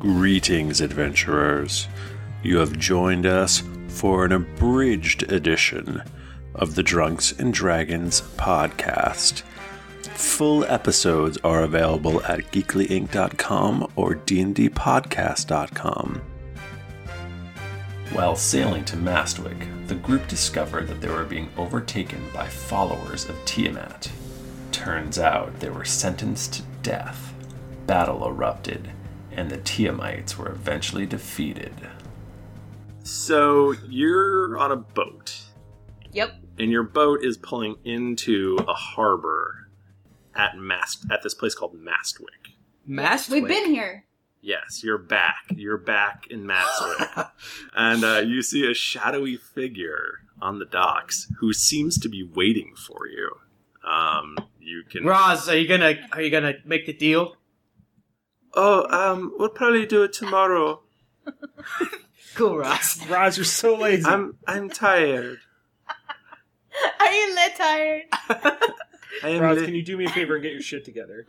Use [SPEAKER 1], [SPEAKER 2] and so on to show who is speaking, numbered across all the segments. [SPEAKER 1] Greetings, adventurers. You have joined us for an abridged edition of the Drunks and Dragons podcast. Full episodes are available at geeklyinc.com or dndpodcast.com. While sailing to Mastwick, the group discovered that they were being overtaken by followers of Tiamat. Turns out they were sentenced to death. Battle erupted, and the Tiamites were eventually defeated.
[SPEAKER 2] So you're on a boat,
[SPEAKER 3] Yep.
[SPEAKER 2] and your boat is pulling into a harbor at Mast at this place called Mastwick.
[SPEAKER 4] Mastwick.
[SPEAKER 3] We've been here.
[SPEAKER 2] Yes, you're back. You're back in Mastwick, and uh, you see a shadowy figure on the docks who seems to be waiting for you. Um, you can.
[SPEAKER 4] Roz, are you gonna are you gonna make the deal?
[SPEAKER 2] Oh, um, we'll probably do it tomorrow.
[SPEAKER 4] Cool, Roz.
[SPEAKER 5] Roz, you're so lazy.
[SPEAKER 2] I'm I'm tired.
[SPEAKER 3] Are you lit tired?
[SPEAKER 2] I am.
[SPEAKER 5] Roz,
[SPEAKER 2] li-
[SPEAKER 5] can you do me a favor and get your shit together?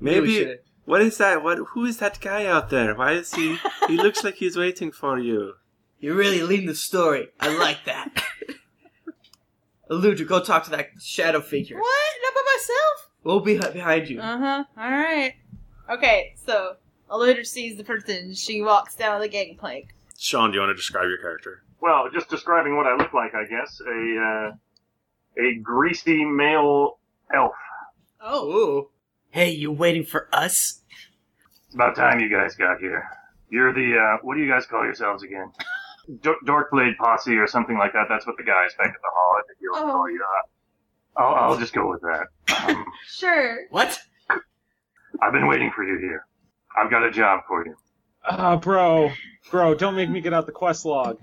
[SPEAKER 4] We
[SPEAKER 2] maybe.
[SPEAKER 4] should-
[SPEAKER 2] What is that? What? Who is that guy out there? Why is he? He looks like he's waiting for you.
[SPEAKER 4] you really lean the story. I like that. Eludra, go talk to that shadow figure.
[SPEAKER 3] What? Not by myself?
[SPEAKER 4] We'll be h- behind you.
[SPEAKER 3] Uh huh. All right. Okay, so Eludra sees the person. She walks down the gangplank.
[SPEAKER 2] Sean, do you want to describe your character?
[SPEAKER 6] Well, just describing what I look like, I guess. A uh, a greasy male elf.
[SPEAKER 3] Oh.
[SPEAKER 4] Ooh. Hey, you waiting for us?
[SPEAKER 6] It's about time you guys got here. You're the uh, what do you guys call yourselves again? D- Dorkblade posse or something like that. That's what the guys back at the hall at the hero
[SPEAKER 3] Oh.
[SPEAKER 6] call you. Uh, I'll, I'll just go with that. Um,
[SPEAKER 3] Sure.
[SPEAKER 4] What?
[SPEAKER 6] I've been waiting for you here. I've got a job for you.
[SPEAKER 5] Ah, bro, bro, don't make me get out the quest log.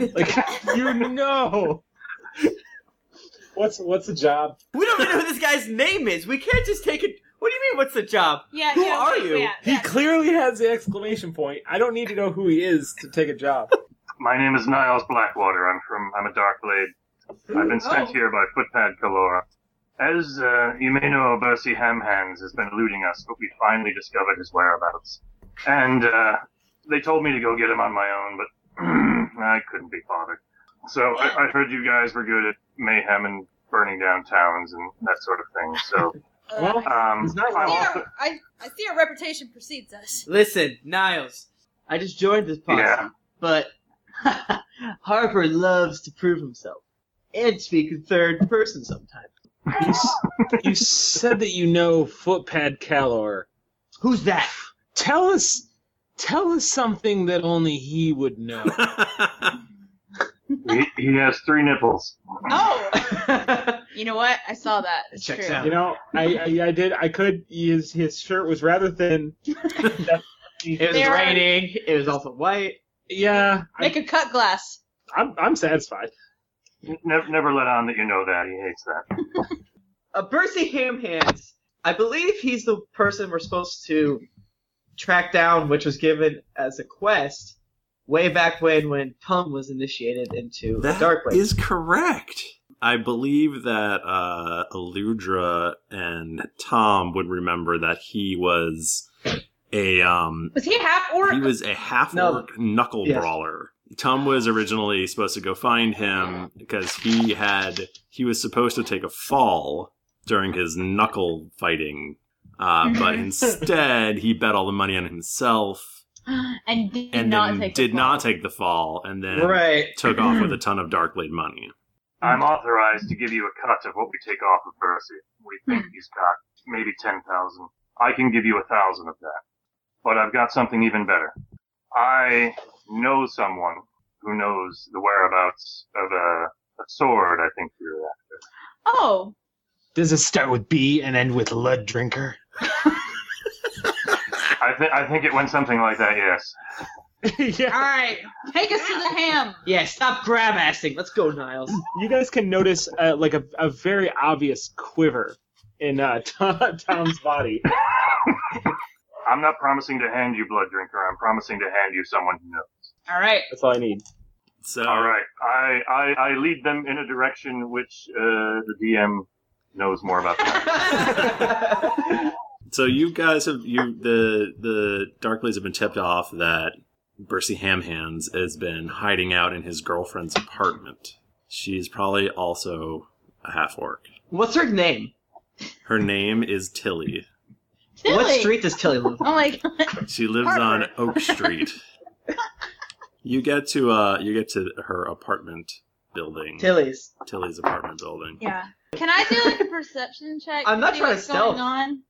[SPEAKER 5] Like you know. What's what's the job?
[SPEAKER 4] We don't even know who this guy's name is. We can't just take it. What do you mean? What's the job?
[SPEAKER 3] Yeah.
[SPEAKER 4] Who
[SPEAKER 3] yeah,
[SPEAKER 4] are
[SPEAKER 3] yeah,
[SPEAKER 4] you?
[SPEAKER 3] Yeah,
[SPEAKER 5] He clearly has the exclamation point. I don't need to know who he is to take a job.
[SPEAKER 6] My name is Niles Blackwater. I'm from. I'm a Darkblade. I've been sent
[SPEAKER 3] Oh.
[SPEAKER 6] here by Footpad Kalora. As uh, you may know, Bercy Hamhands has been eluding us, but we finally discovered his whereabouts. And uh, they told me to go get him on my own, but I couldn't be bothered. So I, I heard you guys were good at mayhem and burning down towns and that sort of thing. So
[SPEAKER 3] Uh,
[SPEAKER 5] Well,
[SPEAKER 6] um,
[SPEAKER 5] He's not
[SPEAKER 6] I'm
[SPEAKER 3] I, see
[SPEAKER 5] wrong.
[SPEAKER 6] also,
[SPEAKER 3] our, I, I see our reputation precedes us.
[SPEAKER 4] Listen, Niles. I just joined this posse,
[SPEAKER 6] Yeah.
[SPEAKER 4] but Harper loves to prove himself and speak in third person sometimes.
[SPEAKER 5] You, s- you said that you know Footpad Calor.
[SPEAKER 4] Who's that?
[SPEAKER 5] Tell us, tell us something that only he would know.
[SPEAKER 6] he, he has three nipples.
[SPEAKER 3] Oh. You know what? I saw that. It's
[SPEAKER 4] Checks
[SPEAKER 3] true.
[SPEAKER 4] out.
[SPEAKER 5] You know, I, I I did I could his his shirt was rather thin.
[SPEAKER 4] It was
[SPEAKER 3] There are-
[SPEAKER 4] raining. It was also white.
[SPEAKER 5] Yeah,
[SPEAKER 3] Make
[SPEAKER 5] I,
[SPEAKER 3] a cut glass.
[SPEAKER 5] I'm I'm satisfied.
[SPEAKER 6] Never, never let on that you know that. He hates that.
[SPEAKER 4] Uh, Percy Hamhands. I believe he's the person we're supposed to track down, which was given as a quest way back when when Tung was initiated into the
[SPEAKER 2] That
[SPEAKER 4] Dark Way.
[SPEAKER 2] is correct. I believe that uh, Eludra and Tom would remember that he was a um,
[SPEAKER 3] Was he half orc?
[SPEAKER 2] he was a half orc knuckle
[SPEAKER 4] Yes.
[SPEAKER 2] brawler. Tom was originally supposed to go find him because he had he was supposed to take a fall during his knuckle fighting,
[SPEAKER 3] Mm-hmm.
[SPEAKER 2] uh, but instead he bet all the money on himself
[SPEAKER 3] and did
[SPEAKER 2] and
[SPEAKER 3] not
[SPEAKER 2] then
[SPEAKER 3] take the
[SPEAKER 2] did
[SPEAKER 3] fall. Mm-hmm.
[SPEAKER 2] not take the fall and then
[SPEAKER 4] right.
[SPEAKER 2] took off with a ton of Darkblade money.
[SPEAKER 6] I'm authorized to give you a cut of what we take off of Bercy. We think he's got maybe 10,000. I can give you a thousand of that. But I've got something even better. I know someone who knows the whereabouts of a, a sword, I think you're at.
[SPEAKER 3] Oh.
[SPEAKER 5] Does it start with B and end with Lud Drinker?
[SPEAKER 6] I, th- I think it went something like that, yes.
[SPEAKER 5] yeah.
[SPEAKER 3] Alright. Take us to the ham.
[SPEAKER 4] Yeah, stop grab assing. Let's go, Niles.
[SPEAKER 5] You guys can notice uh, like a, a very obvious quiver in uh, Tom, Tom's body.
[SPEAKER 6] I'm not promising to hand you Blood Drinker. I'm promising to hand you someone who knows.
[SPEAKER 3] Alright.
[SPEAKER 5] That's all I need.
[SPEAKER 2] So
[SPEAKER 6] All right. I, I, I lead them in a direction which uh, the DM knows more about. than I do.
[SPEAKER 2] So you guys have you the the Darkblades have been tipped off that Bercy Hamhands has been hiding out in his girlfriend's apartment. She's probably also a half orc.
[SPEAKER 4] What's her name?
[SPEAKER 2] Her name is Tilly.
[SPEAKER 3] Tilly.
[SPEAKER 4] What street does Tilly live on?
[SPEAKER 3] Oh my god.
[SPEAKER 2] She lives on Oak Street. you get to uh you get to her apartment building.
[SPEAKER 4] Tilly's.
[SPEAKER 2] Tilly's apartment building.
[SPEAKER 3] Yeah. Can I do like a perception check?
[SPEAKER 4] I'm not
[SPEAKER 3] see
[SPEAKER 4] trying to
[SPEAKER 3] what's
[SPEAKER 4] stealth.
[SPEAKER 3] Going on?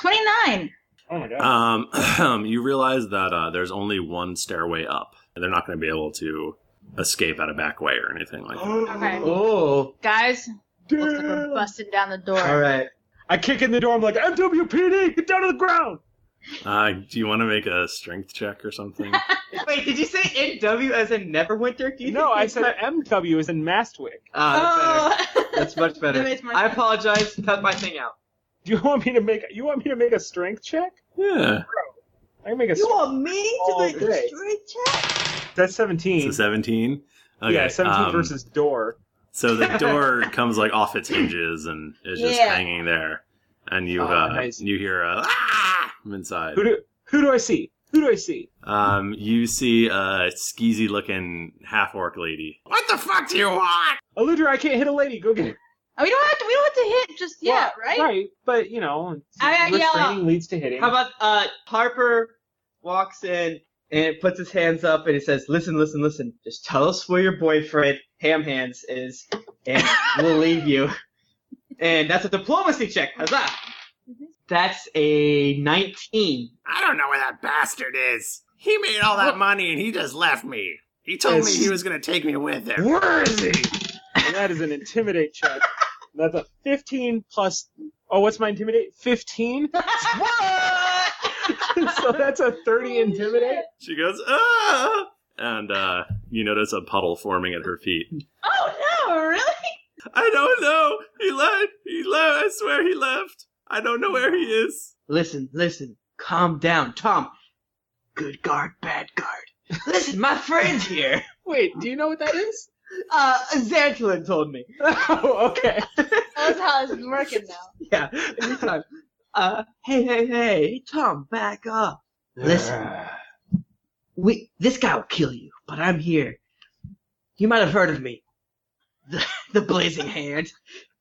[SPEAKER 3] Twenty nine.
[SPEAKER 5] Oh my god.
[SPEAKER 2] Um, you realize that uh, there's only one stairway up, and they're not going to be able to escape out a back way or anything like that.
[SPEAKER 3] Okay.
[SPEAKER 4] Oh.
[SPEAKER 3] Guys, looks like we're
[SPEAKER 5] Damn.
[SPEAKER 3] busting down the door.
[SPEAKER 4] All right.
[SPEAKER 5] I kick in the door. I'm like, MWPD, get down to the ground.
[SPEAKER 2] Uh, do you want to make a strength check or something?
[SPEAKER 4] Wait, did you say NW as in Neverwinter? Do you
[SPEAKER 5] No,
[SPEAKER 4] think
[SPEAKER 5] I
[SPEAKER 4] he's
[SPEAKER 5] said
[SPEAKER 4] not-
[SPEAKER 5] MW is in Mastwick.
[SPEAKER 4] Ah,
[SPEAKER 3] Oh.
[SPEAKER 4] that's better. That's much better.
[SPEAKER 3] That makes more
[SPEAKER 4] I
[SPEAKER 3] sense.
[SPEAKER 4] apologize. Cut my thing out.
[SPEAKER 5] Do you want me to make? You want me to make a strength check?
[SPEAKER 2] yeah,
[SPEAKER 5] I can make
[SPEAKER 4] You
[SPEAKER 5] a. strength-
[SPEAKER 4] want me to
[SPEAKER 5] All
[SPEAKER 4] make a
[SPEAKER 5] day.
[SPEAKER 4] straight check?
[SPEAKER 5] That's
[SPEAKER 2] it's
[SPEAKER 5] seventeen.
[SPEAKER 2] a seventeen.
[SPEAKER 5] yeah, seventeen
[SPEAKER 2] um,
[SPEAKER 5] versus door.
[SPEAKER 2] So the door comes like off its hinges and is just
[SPEAKER 3] Yeah.
[SPEAKER 2] hanging there, and you
[SPEAKER 5] Oh,
[SPEAKER 2] uh,
[SPEAKER 5] nice.
[SPEAKER 2] you hear a ah from inside.
[SPEAKER 5] Who do who do I see? Who do I see?
[SPEAKER 2] Um, you see a skeezy looking half orc lady. What the fuck do you want?
[SPEAKER 5] Eludra, I can't hit a lady. Go get her.
[SPEAKER 3] Oh, we don't have to. We don't have to hit just yet,
[SPEAKER 5] Well,
[SPEAKER 3] right?
[SPEAKER 5] Right, but you know,
[SPEAKER 3] I gotta
[SPEAKER 5] restraining
[SPEAKER 3] yell
[SPEAKER 5] leads to hitting.
[SPEAKER 4] How about uh, Harper walks in and puts his hands up and he says, "Listen, listen, listen. Just tell us where your boyfriend Ham Hands is, and we'll leave you." And that's a diplomacy check. Huzzah!
[SPEAKER 3] Mm-hmm.
[SPEAKER 4] That's a 19.
[SPEAKER 2] I don't know where that bastard is. He made all that money and he just left me. He told me he was gonna take me with him.
[SPEAKER 5] Where is he? And that is an intimidate check. That's a fifteen plus. Oh, what's my intimidate? Fifteen.
[SPEAKER 4] What?
[SPEAKER 5] so that's a thirty intimidate.
[SPEAKER 2] She goes, ah! And uh, you notice a puddle forming at her feet.
[SPEAKER 3] Oh no, really?
[SPEAKER 2] I don't know. He left. He left. I swear he left. I don't know where he is.
[SPEAKER 4] Listen, listen, calm down, Tom. Good guard, bad guard. Listen, my friend's here.
[SPEAKER 5] Wait, do you know what that is?
[SPEAKER 4] Uh, Xantulin told me.
[SPEAKER 5] oh, okay.
[SPEAKER 3] That's how it's working now.
[SPEAKER 4] Yeah, every time. Uh, hey, hey, hey, Tom, back up. Listen, we this guy will kill you, but I'm here. You might have heard of me, the, the Blazing Hand,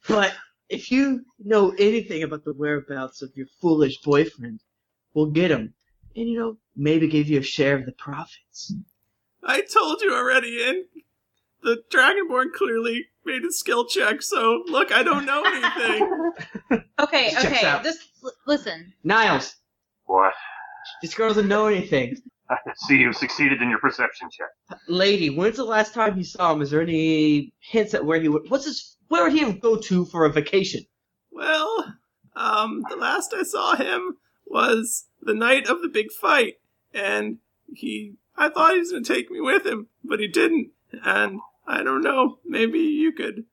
[SPEAKER 4] but if you know anything about the whereabouts of your foolish boyfriend, we'll get him, and you know maybe give you a share of the profits.
[SPEAKER 2] I told you already, and the Dragonborn clearly made a skill check, so look, I don't know anything.
[SPEAKER 3] Okay,
[SPEAKER 4] Checks
[SPEAKER 3] okay.
[SPEAKER 4] out.
[SPEAKER 3] Just l- listen.
[SPEAKER 4] Niles,
[SPEAKER 6] What?
[SPEAKER 4] this girl doesn't know anything.
[SPEAKER 6] I see you succeeded in your perception check.
[SPEAKER 4] Lady, when's the last time you saw him? Is there any hints at where he would? What's his? Where would he go to for a vacation?
[SPEAKER 2] well, um, the last I saw him was the night of the big fight, and he. I thought he was going to take me with him, but he didn't, and I don't know. Maybe you could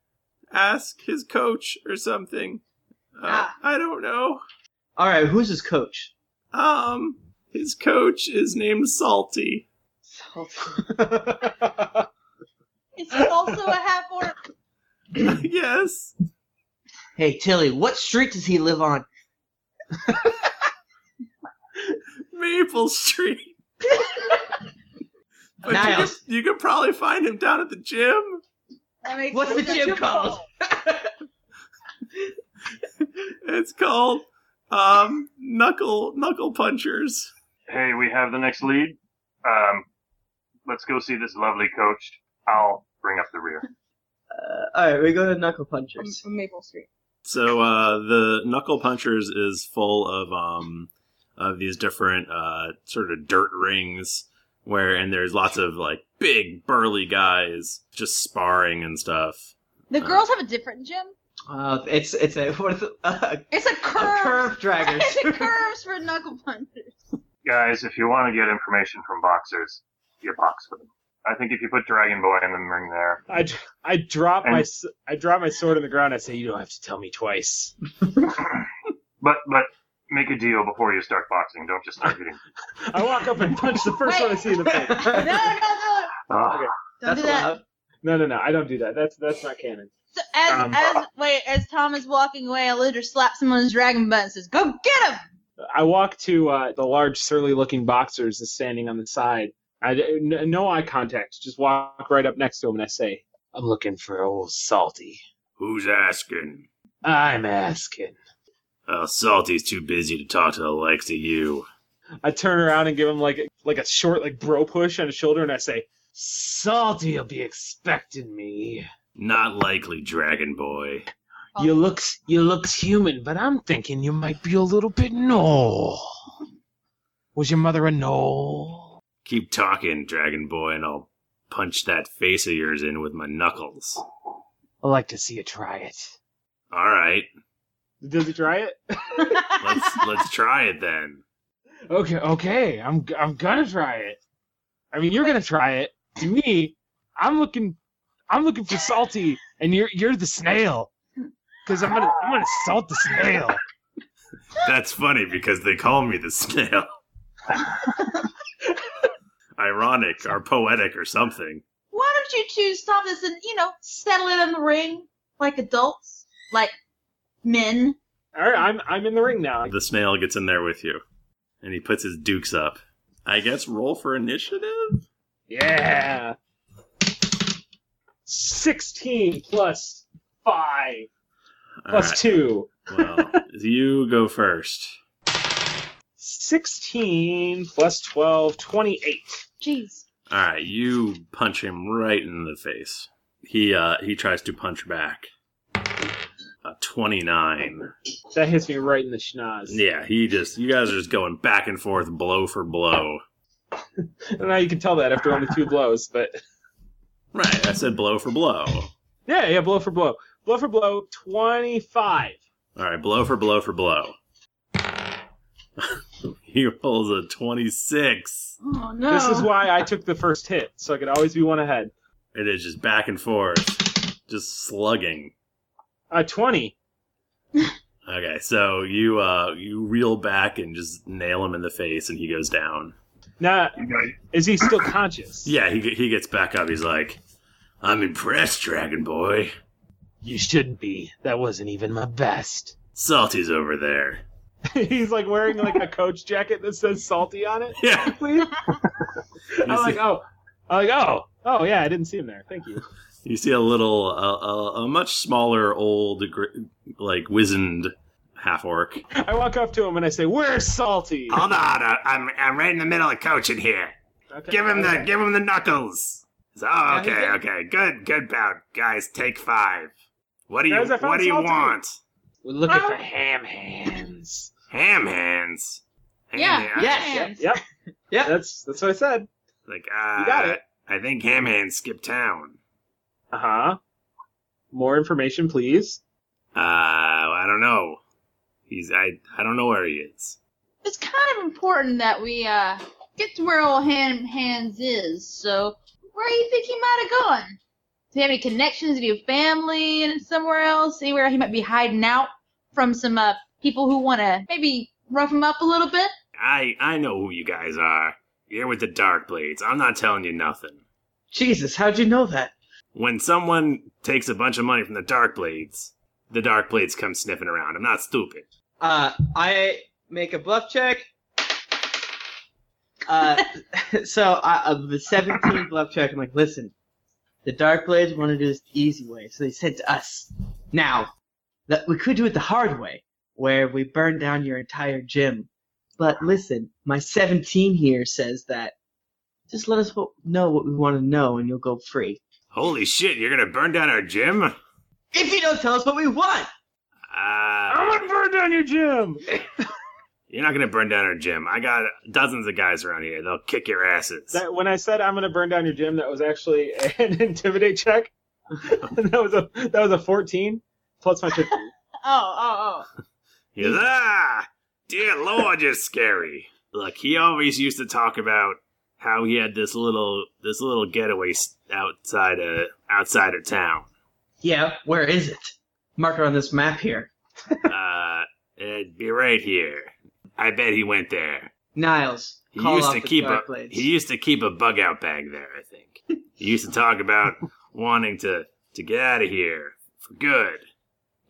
[SPEAKER 2] ask his coach or something. Uh,
[SPEAKER 3] Ah.
[SPEAKER 2] I don't know.
[SPEAKER 4] All right, who's his coach?
[SPEAKER 2] Um, his coach is named Salty.
[SPEAKER 3] Is he also a half orc?
[SPEAKER 2] yes.
[SPEAKER 4] hey Tilly, what street does he live on?
[SPEAKER 2] Maple Street. but you could,
[SPEAKER 4] Niles.
[SPEAKER 2] you could probably find him down at the gym.
[SPEAKER 3] That makes
[SPEAKER 4] What's
[SPEAKER 3] no
[SPEAKER 4] the
[SPEAKER 3] sense.
[SPEAKER 4] gym called?
[SPEAKER 2] It's called um, Knuckle Knuckle Punchers.
[SPEAKER 6] Hey, we have the next lead. Um, let's go see this lovely coach. I'll bring up the rear.
[SPEAKER 4] Uh, all right, we go to Knuckle Punchers.
[SPEAKER 3] From Maple Street.
[SPEAKER 2] So uh, the Knuckle Punchers is full of um, of these different uh, sort of dirt rings where and there's lots of like big burly guys just sparring and stuff.
[SPEAKER 3] The
[SPEAKER 2] Uh,
[SPEAKER 3] girls have a different gym.
[SPEAKER 4] Uh, it's it's a what is it? Uh,
[SPEAKER 3] It's a
[SPEAKER 4] a
[SPEAKER 3] curve.
[SPEAKER 4] curve dragger.
[SPEAKER 3] it's a curves for knuckle punchers.
[SPEAKER 6] Guys, if you want to get information from boxers, you box with them. I think if you put Dragon Boy in the ring there,
[SPEAKER 5] I, dr- I drop my
[SPEAKER 6] And-
[SPEAKER 5] s- I drop my sword on the ground. I say, you don't have to tell me twice.
[SPEAKER 6] but but make a deal before you start boxing. Don't just start hitting.
[SPEAKER 5] I walk up and punch the first one I see in the face.
[SPEAKER 3] No, no, no.
[SPEAKER 6] Ah,
[SPEAKER 5] Okay.
[SPEAKER 3] Don't
[SPEAKER 4] That's
[SPEAKER 3] do that.
[SPEAKER 4] allowed.
[SPEAKER 5] No, no, no. I don't do that. That's that's not canon.
[SPEAKER 3] So as
[SPEAKER 6] Um,
[SPEAKER 3] as wait, as Tom is walking away, a looter slaps him on his dragon butt and says, "Go get him!"
[SPEAKER 5] I walk to uh, the large, surly-looking boxers that's standing on the side. I n- no eye contact. Just walk right up next to him and I say, "I'm looking for old Salty.
[SPEAKER 2] Who's asking?
[SPEAKER 5] I'm asking."
[SPEAKER 2] Uh, Salty's too busy to talk to the likes of you.
[SPEAKER 5] I turn around and give him like like a short like bro push on his shoulder and I say, "Salty'll be expecting me.
[SPEAKER 2] Not likely, Dragon Boy.
[SPEAKER 5] You looks you looks human, but I'm thinking you might be a little bit gnoll. Was your mother a gnoll?"
[SPEAKER 2] Keep talking, Dragon Boy, and I'll punch that face of yours in with my knuckles.
[SPEAKER 5] I like to see you try it.
[SPEAKER 2] All right,
[SPEAKER 5] Does he try it?
[SPEAKER 2] let's let's try it then.
[SPEAKER 5] Okay, okay. I'm I'm gonna try it. I mean, you're gonna try it. To me, I'm looking, I'm looking for salty, and you're you're the snail. Cause I'm gonna I'm gonna salt the snail.
[SPEAKER 2] That's funny because they call me the snail. Ironic or poetic or something.
[SPEAKER 3] Why don't you two stop this and you know settle it in the ring like adults, like men?
[SPEAKER 5] All right, I'm I'm in the ring now.
[SPEAKER 2] The snail gets in there with you, and he puts his dukes up. I guess roll for initiative.
[SPEAKER 5] Yeah. Sixteen plus five plus
[SPEAKER 2] Alright,
[SPEAKER 5] two.
[SPEAKER 2] well, you go first.
[SPEAKER 5] Sixteen plus twelve. Twenty-eight.
[SPEAKER 3] Jeez.
[SPEAKER 2] All right, you punch him right in the face. He uh he tries to punch back. Uh, Twenty nine.
[SPEAKER 5] That hits me right in the schnoz.
[SPEAKER 2] Yeah, he just you guys are just going back and forth, blow for blow.
[SPEAKER 5] And now you can tell that after only two blows, but.
[SPEAKER 2] Right, I said blow for blow.
[SPEAKER 5] Yeah, yeah, blow for blow. Blow for blow, 25.
[SPEAKER 2] All right, blow for blow for blow. he rolls a twenty six.
[SPEAKER 3] Oh no.
[SPEAKER 5] This is why I took the first hit, so I could always be one ahead.
[SPEAKER 2] It is just back and forth, just slugging.
[SPEAKER 5] Uh, 20.
[SPEAKER 2] Okay, so you uh you reel back and just nail him in the face, and he goes down.
[SPEAKER 5] Now,
[SPEAKER 6] You guys,
[SPEAKER 5] is he still conscious?
[SPEAKER 2] Yeah, he he gets back up. He's like, "I'm impressed, Dragon Boy.
[SPEAKER 5] You shouldn't be. That wasn't even my best.
[SPEAKER 2] Salty's over there."
[SPEAKER 5] He's like wearing like a coach jacket that says salty on it.
[SPEAKER 2] Yeah,
[SPEAKER 5] Please.
[SPEAKER 2] you
[SPEAKER 5] I'm like,
[SPEAKER 2] see,
[SPEAKER 5] oh. I'm like, oh. Oh, yeah, I didn't see him there. Thank you.
[SPEAKER 2] you see a little, uh, a, a much smaller, old, gr- like wizened half orc.
[SPEAKER 5] I walk up to him and I say, where's salty?
[SPEAKER 7] Hold on, I- I'm I'm right in the middle of coaching here.
[SPEAKER 5] Okay,
[SPEAKER 7] Give him the
[SPEAKER 5] okay.
[SPEAKER 7] give him the knuckles. Oh, okay, okay, good, good bout, guys. Take five. What do you
[SPEAKER 5] Guys, I found
[SPEAKER 7] What do you
[SPEAKER 5] salty.
[SPEAKER 7] want?
[SPEAKER 5] We're looking
[SPEAKER 4] Ah.
[SPEAKER 5] for ham hands.
[SPEAKER 7] Ham hands. Ham
[SPEAKER 3] Yeah.
[SPEAKER 7] hands.
[SPEAKER 4] Yes,
[SPEAKER 3] Hands.
[SPEAKER 5] Yep.
[SPEAKER 4] Yeah.
[SPEAKER 5] That's that's what I said.
[SPEAKER 7] Like uh,
[SPEAKER 5] You got it.
[SPEAKER 7] I think ham hands skipped town.
[SPEAKER 5] Uh huh. More information, please.
[SPEAKER 7] Uh, I don't know. He's I I don't know where he is.
[SPEAKER 3] It's kind of important that we uh get to where old Han Hands is. So where do you think he might have gone? Do you have any connections? Do you have family and somewhere else? Anywhere he might be hiding out from some uh people who want to maybe rough him up a little bit?
[SPEAKER 7] I I know who you guys are. You're with the dark blades. I'm not telling you nothing.
[SPEAKER 4] Jesus, how'd you know that?
[SPEAKER 7] when someone takes a bunch of money from the dark blades the dark blades come sniffing around i'm not stupid
[SPEAKER 4] Uh, I make a bluff check. Uh, so I, of the 17 bluff check, I'm like, listen, the Dark Blades want to do this the easy way, so they said to us, now, that we could do it the hard way, where we burn down your entire gym. But listen, my 17 here says that just let us w- know what we want to know, and you'll go free.
[SPEAKER 7] holy shit you're gonna burn down our gym uh,
[SPEAKER 4] If you don't tell us what we want,
[SPEAKER 5] I'm gonna burn down your gym.
[SPEAKER 7] Uh, you're not gonna burn down our gym i got dozens of guys around here they'll kick your asses
[SPEAKER 5] That, when I said I'm gonna burn down your gym, that was actually an intimidate check. that was a that was a 14 plus my 50.
[SPEAKER 3] Oh, oh, oh.
[SPEAKER 7] He goes, ah dear lord you're scary look he always used to talk about how he had this little this little getaway s- outside of outside of town
[SPEAKER 4] yeah, where is it? Mark it on this map here.
[SPEAKER 7] uh it'd be right here i bet he went there
[SPEAKER 4] Niles,
[SPEAKER 7] He
[SPEAKER 4] call
[SPEAKER 7] used
[SPEAKER 4] off
[SPEAKER 7] to
[SPEAKER 4] the
[SPEAKER 7] keep
[SPEAKER 4] Dark
[SPEAKER 7] a
[SPEAKER 4] Blades.
[SPEAKER 7] he used to keep a bug out bag there. I think he used to talk about wanting to to get out of here, for good.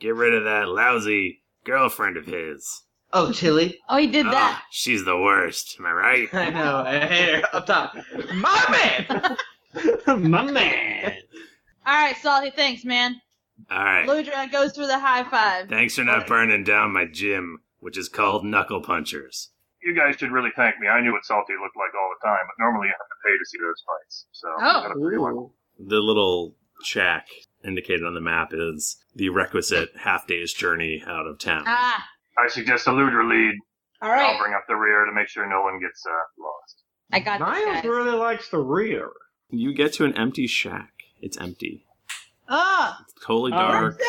[SPEAKER 7] Get rid of that lousy girlfriend of his.
[SPEAKER 4] Oh, Chili.
[SPEAKER 3] Oh, he did that.
[SPEAKER 7] Ah, she's the worst. Am I right?
[SPEAKER 4] I know. I hate her. Up top. My man!
[SPEAKER 5] My man.
[SPEAKER 6] Ah.
[SPEAKER 3] All right, Salty. Thanks, man.
[SPEAKER 7] All right.
[SPEAKER 3] Ludra goes for the high five.
[SPEAKER 7] Thanks for not burning down my gym, which is called Knuckle Punchers.
[SPEAKER 6] You guys should really thank me. I knew what Salty looked like all the time, but normally you have to pay to see those fights. So you
[SPEAKER 3] Oh.
[SPEAKER 6] gotta-
[SPEAKER 2] The little shack indicated on the map is the requisite half day's journey out of town.
[SPEAKER 3] Ah,
[SPEAKER 6] I suggest a looter lead.
[SPEAKER 3] all
[SPEAKER 6] I'll
[SPEAKER 3] right.
[SPEAKER 6] bring up the rear to make sure no one gets uh, lost.
[SPEAKER 3] I got this,
[SPEAKER 4] Niles
[SPEAKER 3] guys.
[SPEAKER 4] really likes the rear.
[SPEAKER 2] You get to an empty shack. It's empty.
[SPEAKER 3] Oh,
[SPEAKER 2] It's totally
[SPEAKER 5] Uh,
[SPEAKER 2] dark.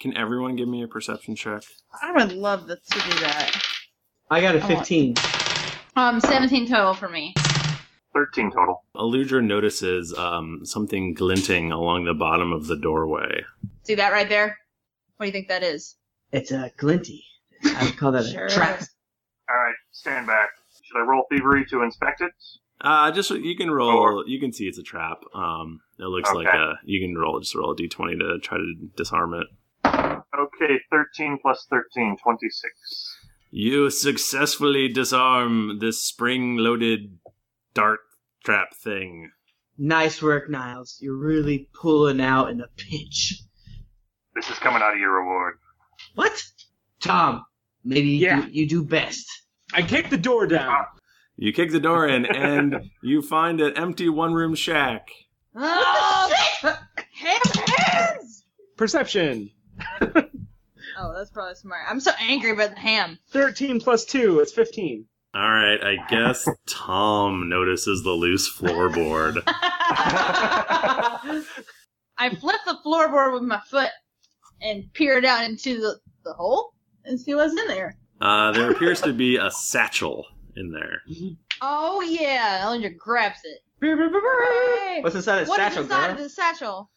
[SPEAKER 2] Can everyone give me a perception check?
[SPEAKER 3] I would love to to do that.
[SPEAKER 4] I got a
[SPEAKER 3] I want-
[SPEAKER 4] 15.
[SPEAKER 3] Um, 17 total for me.
[SPEAKER 6] 13 total.
[SPEAKER 2] Aludra notices um, something glinting along the bottom of the doorway.
[SPEAKER 3] See that right there? What do you think that is?
[SPEAKER 4] It's a glinty. I would call that
[SPEAKER 3] Sure.
[SPEAKER 4] a trap.
[SPEAKER 6] All right, stand back. Should I roll thievery to inspect it?
[SPEAKER 2] Uh, just you can roll. You can see it's a trap. Um, it looks like
[SPEAKER 6] Okay.
[SPEAKER 2] a. You can roll just roll a d20 to try to disarm it.
[SPEAKER 6] Okay, 13 plus 13, 26.
[SPEAKER 2] You successfully disarm this spring-loaded dart trap thing.
[SPEAKER 4] Nice work, Niles. You're really pulling out in a pinch.
[SPEAKER 6] This is coming out of your reward.
[SPEAKER 4] What? Tom, maybe you,
[SPEAKER 5] Yeah.
[SPEAKER 4] do, you do best.
[SPEAKER 5] I kicked the door down.
[SPEAKER 2] You kick the door in, and you find an empty one-room shack.
[SPEAKER 3] Oh, ham hands!
[SPEAKER 5] Perception.
[SPEAKER 3] Oh, that's probably smart. I'm so angry about the ham.
[SPEAKER 5] 13 plus 2, it's 15.
[SPEAKER 2] All right, I guess Tom notices the loose floorboard.
[SPEAKER 4] I
[SPEAKER 3] I flipped the floorboard with my foot and peered out into the, the hole and see what's in there.
[SPEAKER 2] Uh, there appears to be a satchel in there.
[SPEAKER 3] Oh, yeah. Ellinger grabs it. Hey!
[SPEAKER 4] What's inside that
[SPEAKER 3] What is
[SPEAKER 4] satchel,
[SPEAKER 3] inside
[SPEAKER 4] girl?
[SPEAKER 3] of the satchel?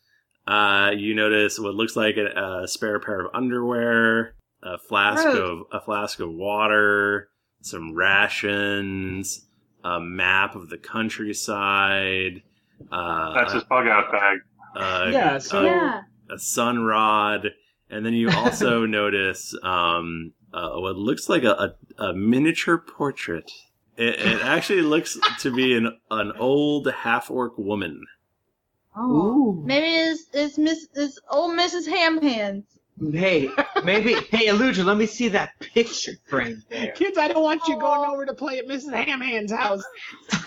[SPEAKER 2] Uh, you notice what looks like a, a spare pair of underwear, a flask
[SPEAKER 3] Gross.
[SPEAKER 2] of a flask of water, some rations, a map of the countryside, uh,
[SPEAKER 6] That's his bug out bag.
[SPEAKER 2] a,
[SPEAKER 5] yeah, so
[SPEAKER 3] yeah.
[SPEAKER 2] a sun rod, and then you also notice um, uh, what looks like a, a, a miniature portrait. It, it actually looks to be an an old half orc woman.
[SPEAKER 3] Oh.
[SPEAKER 4] Ooh.
[SPEAKER 3] Maybe it's, it's Miss it's old Mrs. Ham Hands.
[SPEAKER 4] Hey, maybe. hey, Eludra, let me see that picture frame there.
[SPEAKER 5] Kids, I don't want you going over to play at Mrs. Hamhand's house.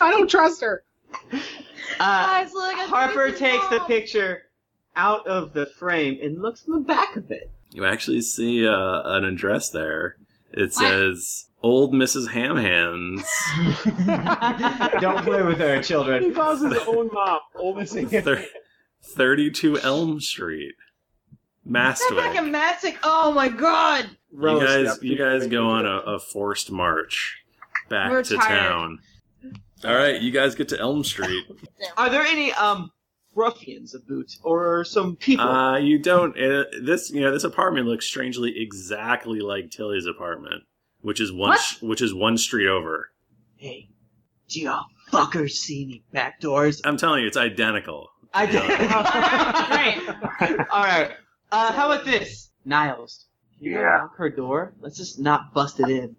[SPEAKER 5] I don't trust her.
[SPEAKER 4] Uh,
[SPEAKER 3] Guys, look, it's
[SPEAKER 4] Harper
[SPEAKER 3] Mrs.
[SPEAKER 4] takes the
[SPEAKER 3] Ham.
[SPEAKER 4] picture out of the frame and looks in the back of it.
[SPEAKER 2] You actually see uh, an address there. It
[SPEAKER 3] What?
[SPEAKER 2] says "Old Mrs. Ham Hands."
[SPEAKER 4] Don't play with her,
[SPEAKER 5] He
[SPEAKER 4] children.
[SPEAKER 5] calls his own mom, old Mrs. Ham.
[SPEAKER 2] Thir- 32 Elm Street,
[SPEAKER 3] That's like a
[SPEAKER 2] Mastwick.
[SPEAKER 3] mastic. Oh my god!
[SPEAKER 2] You guys, you guys go on a, a forced march back
[SPEAKER 3] We're
[SPEAKER 2] to
[SPEAKER 3] tired.
[SPEAKER 2] town. All right, you guys get to Elm Street.
[SPEAKER 4] Are there any um ruffians aboot or some people?
[SPEAKER 2] Uh, you don't. Uh, this you know this apartment looks strangely exactly like Tilly's apartment, which is one
[SPEAKER 3] What?
[SPEAKER 2] sh- which is one street over.
[SPEAKER 4] hey, do y'all fuckers see any back doors?
[SPEAKER 2] I'm telling you, it's identical.
[SPEAKER 4] I did.
[SPEAKER 3] Right.
[SPEAKER 4] All right. Uh, how about this, Niles? Can you
[SPEAKER 6] Yeah.
[SPEAKER 4] Knock her door. Let's just not bust it in.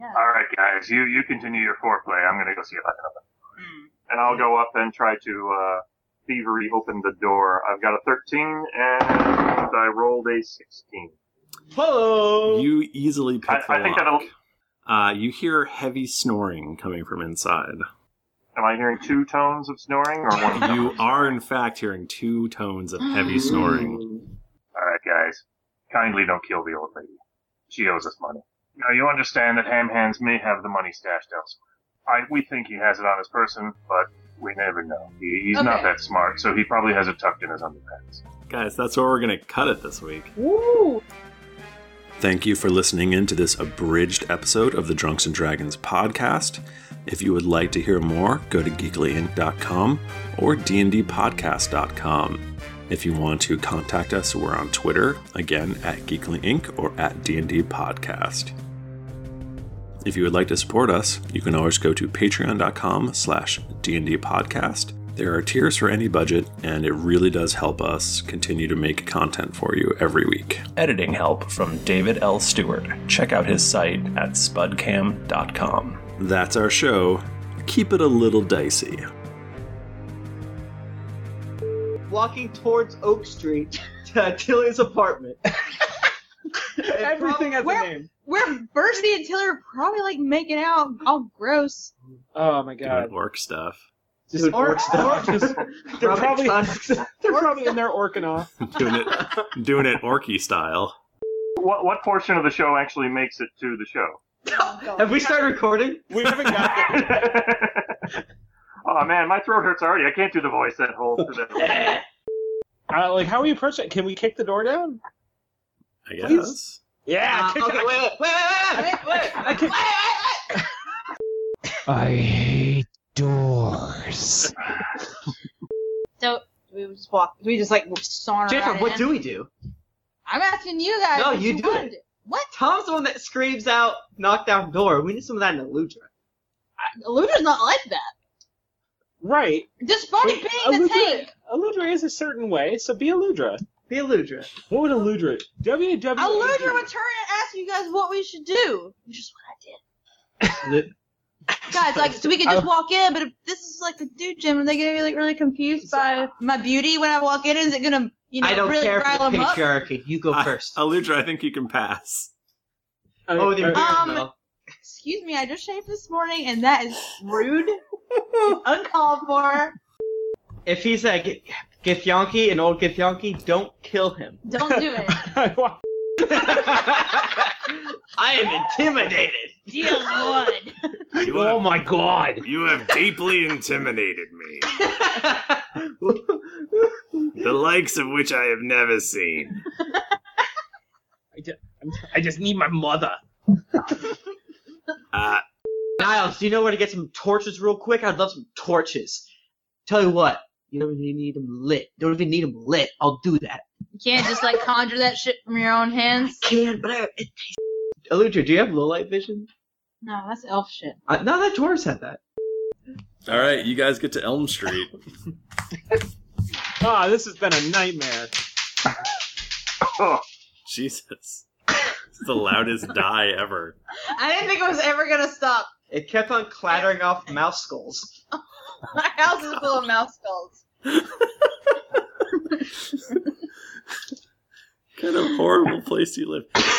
[SPEAKER 6] All right, guys, you, you continue your foreplay. I'm going to go see if I can open
[SPEAKER 3] Hmm.
[SPEAKER 6] it. And I'll go up and try to uh, thievery open the door. I've got a 13, and I rolled a 16.
[SPEAKER 4] Hello.
[SPEAKER 2] You easily pick
[SPEAKER 6] Oh. I,
[SPEAKER 2] the
[SPEAKER 6] I think
[SPEAKER 2] lock.
[SPEAKER 6] that'll.
[SPEAKER 2] Uh, you hear heavy snoring coming from inside.
[SPEAKER 6] Am I hearing two tones of snoring or one? tone?
[SPEAKER 2] You are, in fact, hearing two tones of heavy snoring.
[SPEAKER 6] All right, guys. Kindly don't kill the old lady. She owes us money. Now, you understand that Ham Hands may have the money stashed elsewhere. I, we think he has it on his person, but we never know. He, he's not
[SPEAKER 3] Okay.
[SPEAKER 6] that smart, so he probably has it tucked in his underpants.
[SPEAKER 2] Guys, that's where we're going to cut it this week.
[SPEAKER 3] Woo!
[SPEAKER 2] Thank you for listening in to this abridged episode of the Drunks and Dragons podcast. If you would like to hear more, go to geeklyinc.com or dndpodcast.com. If you want to contact us, we're on Twitter, again at geeklyinc or at dndpodcast. If you would like to support us, you can always go to patreon.com slash dndpodcast
[SPEAKER 1] There are tiers for any budget, and it really does help us continue to make content for you every week. Editing help from David L. Stewart. Check out his site at spudcam.com. That's our show. Keep it a little dicey.
[SPEAKER 4] walking towards Oak Street to Tilly's apartment. And
[SPEAKER 5] Everything has
[SPEAKER 4] prob-
[SPEAKER 5] a
[SPEAKER 3] where-
[SPEAKER 5] name.
[SPEAKER 3] Where Bursty and Tiller are probably like making out, all gross.
[SPEAKER 5] Oh my
[SPEAKER 2] Doing
[SPEAKER 5] god.
[SPEAKER 2] orc stuff.
[SPEAKER 5] Just
[SPEAKER 4] Dude,
[SPEAKER 5] orc
[SPEAKER 4] orc stuff.
[SPEAKER 5] orc just- they're
[SPEAKER 4] Rubbing
[SPEAKER 5] probably
[SPEAKER 4] tongues.
[SPEAKER 5] they're probably in there orking off.
[SPEAKER 2] Doing it, doing it orky style.
[SPEAKER 6] What what portion of the show actually makes it to the show?
[SPEAKER 4] Have we started recording?
[SPEAKER 5] We haven't got there.
[SPEAKER 6] oh man, my throat hurts already. I can't do the voice that whole. That
[SPEAKER 5] Uh, like, how we approach that? Can we kick the door down?
[SPEAKER 2] I guess.
[SPEAKER 5] Please. Yeah.
[SPEAKER 4] Uh,
[SPEAKER 5] kick
[SPEAKER 4] okay,
[SPEAKER 5] it.
[SPEAKER 4] wait, wait, wait, wait, wait, wait,
[SPEAKER 5] I kick- I hate doors.
[SPEAKER 3] So we would just walk. We just like saunter.
[SPEAKER 4] Jacob,
[SPEAKER 3] right
[SPEAKER 4] what
[SPEAKER 3] in.
[SPEAKER 4] do we do?
[SPEAKER 3] I'm asking you guys.
[SPEAKER 4] No,
[SPEAKER 3] what
[SPEAKER 4] you do
[SPEAKER 3] wanna
[SPEAKER 4] it.
[SPEAKER 3] What?
[SPEAKER 4] Tom's the one that screams out, knock down door. We need some of that in Eludra.
[SPEAKER 3] Eludra's not like that.
[SPEAKER 5] Right.
[SPEAKER 3] Despite
[SPEAKER 5] Wait,
[SPEAKER 4] uh,
[SPEAKER 3] being the
[SPEAKER 5] Eludra-
[SPEAKER 3] tank,
[SPEAKER 5] Eludra is a certain way, so be Eludra.
[SPEAKER 4] Be Eludra.
[SPEAKER 5] What would Eludra? WW.
[SPEAKER 3] Eludra would turn and ask you guys what we should do, which is what I did. guys, like, so we could just walk in, but if this is like a dude gym, are they gonna be like really confused by my beauty when I walk in? Is it gonna, you know,
[SPEAKER 4] I don't
[SPEAKER 3] really
[SPEAKER 4] care for
[SPEAKER 3] rile
[SPEAKER 4] the
[SPEAKER 3] them up?
[SPEAKER 4] patriarchy. You go
[SPEAKER 2] Uh,
[SPEAKER 4] first.
[SPEAKER 2] Aludra, I think you can pass.
[SPEAKER 4] oh, they're
[SPEAKER 5] uh,
[SPEAKER 3] Um,
[SPEAKER 4] weird, though.
[SPEAKER 3] Excuse me, I just shaved this morning, and that is rude, It's Um, uncalled for.
[SPEAKER 4] If he's a G- Githyanki, an old Githyanki, don't kill him.
[SPEAKER 3] Don't do it.
[SPEAKER 5] Uh,
[SPEAKER 4] I am intimidated.
[SPEAKER 3] Dear Lord.
[SPEAKER 7] You
[SPEAKER 5] oh
[SPEAKER 7] have,
[SPEAKER 5] my god.
[SPEAKER 7] you have deeply intimidated me, the likes of which I have never seen.
[SPEAKER 5] I just need my mother.
[SPEAKER 7] Uh,
[SPEAKER 4] Niles, do you know where to get some torches real quick? I'd love some torches. Tell you what, you don't even need them lit. Don't even need them lit. I'll do that.
[SPEAKER 3] You can't just like conjure that shit from your own hands.
[SPEAKER 4] Can, but I. It tastes. Eludra, do you have low light vision?
[SPEAKER 3] No, that's elf shit.
[SPEAKER 4] Uh, no, that dwarves had that.
[SPEAKER 2] All right, you guys get to Elm Street.
[SPEAKER 5] Ah, this has been a nightmare.
[SPEAKER 6] oh,
[SPEAKER 2] Jesus. It's the loudest die ever.
[SPEAKER 3] I didn't think it was ever gonna stop.
[SPEAKER 4] It kept on clattering off mouse skulls.
[SPEAKER 3] My house is full of mouse skulls.
[SPEAKER 2] Kind of horrible place you live.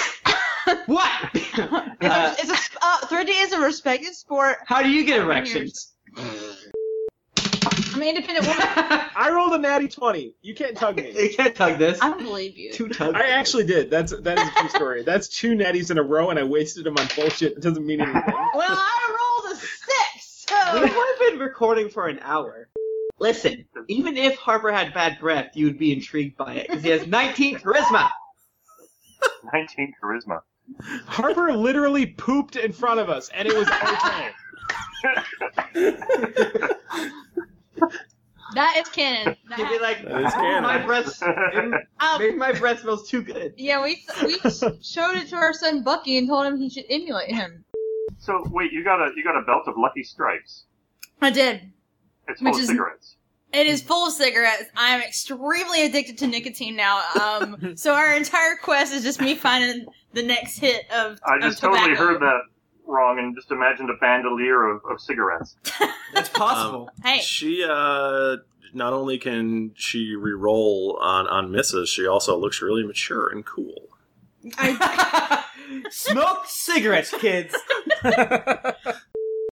[SPEAKER 4] What?
[SPEAKER 3] It's,
[SPEAKER 4] Uh,
[SPEAKER 3] a, it's a uh, 3D is a respected sport.
[SPEAKER 4] how do you get erections?
[SPEAKER 3] I'm an independent woman.
[SPEAKER 4] you
[SPEAKER 5] I rolled a natty 20. You can't tug me.
[SPEAKER 4] can't tug this.
[SPEAKER 3] I don't believe you.
[SPEAKER 4] Two tugs.
[SPEAKER 5] I actually did. That's that is a true story. That's two natties in a row, and I wasted them on bullshit. It doesn't mean anything.
[SPEAKER 3] Well, I rolled a six,
[SPEAKER 4] We
[SPEAKER 3] so
[SPEAKER 4] have been recording for an hour. Listen, even if Harper had bad breath, you would be intrigued by it because he has 19 charisma.
[SPEAKER 6] 19 charisma.
[SPEAKER 5] Harper literally pooped in front of us, and it was okay.
[SPEAKER 3] that is canon. That
[SPEAKER 4] He'd be like,
[SPEAKER 2] That is canon.
[SPEAKER 4] my breath,
[SPEAKER 3] happened. Um,
[SPEAKER 4] maybe my breath smells too good.
[SPEAKER 3] yeah, we we showed it to our son Bucky and told him he should emulate him.
[SPEAKER 6] So wait, you got a you got a belt of lucky stripes.
[SPEAKER 3] I did.
[SPEAKER 6] It's full
[SPEAKER 3] Which
[SPEAKER 6] of
[SPEAKER 3] is-
[SPEAKER 6] cigarettes.
[SPEAKER 3] It is full of cigarettes. I'm extremely addicted to nicotine now. Um, so our entire quest is just me finding the next hit of.
[SPEAKER 6] I just totally heard that wrong and just imagined a bandolier of, of cigarettes.
[SPEAKER 4] That's
[SPEAKER 2] possible.
[SPEAKER 3] Hey,
[SPEAKER 2] She uh not only can she re-roll on on misses, she also looks really mature and cool.
[SPEAKER 3] I,
[SPEAKER 4] Smoke cigarettes, kids.